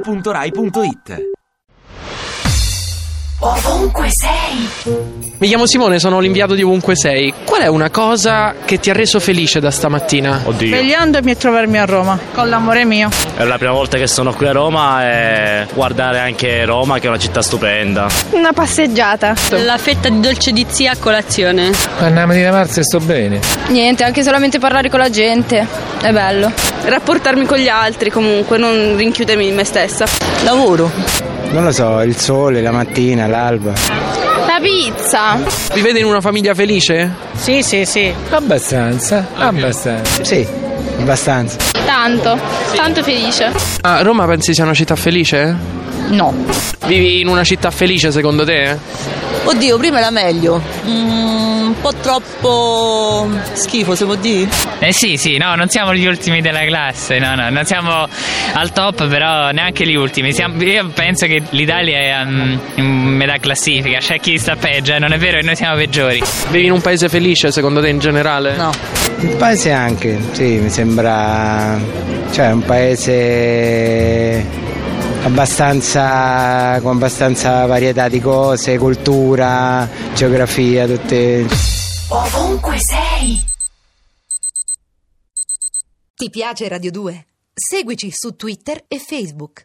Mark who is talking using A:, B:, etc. A: radio2pod.rai.it
B: Ovunque sei,
C: Mi chiamo Simone, sono l'inviato di ovunque sei. Qual è una cosa che ti ha reso felice da stamattina?
D: Oddio,
E: Svegliandomi e trovarmi a Roma, con l'amore mio.
D: è la prima volta che sono qui a Roma e guardare anche Roma che è una città stupenda.
F: Una passeggiata.
G: La fetta di dolce di zia a colazione.
H: Andiamo di Marzia e sto bene.
F: Niente, anche solamente parlare con la gente. È bello. Rapportarmi con gli altri comunque, non rinchiudermi in me stessa.
E: Lavoro.
I: Non lo so, il sole, la mattina, l'alba.
F: La pizza.
C: Vivete in una famiglia felice?
E: Sì, sì, sì.
H: Abbastanza, abbastanza.
I: Sì, abbastanza.
F: Tanto. Tanto felice.
C: Ah, Roma pensi sia una città felice?
E: No.
C: Vivi in una città felice secondo te?
J: Oddio, prima era meglio. Mm, un po' troppo schifo, se può dire.
K: Eh sì, sì, no, non siamo gli ultimi della classe, no, no, non siamo al top, però neanche gli ultimi. Siamo- io penso che l'Italia è mm, in metà classifica, c'è chi sta peggio, eh, non è vero che noi siamo peggiori.
C: Vivi in un paese felice secondo te in generale?
J: No.
I: Il paese anche, sì, mi sembra. cioè un paese abbastanza. con abbastanza varietà di cose, cultura, geografia, tutte.
B: ovunque sei.
G: Ti piace Radio 2? Seguici su Twitter e Facebook.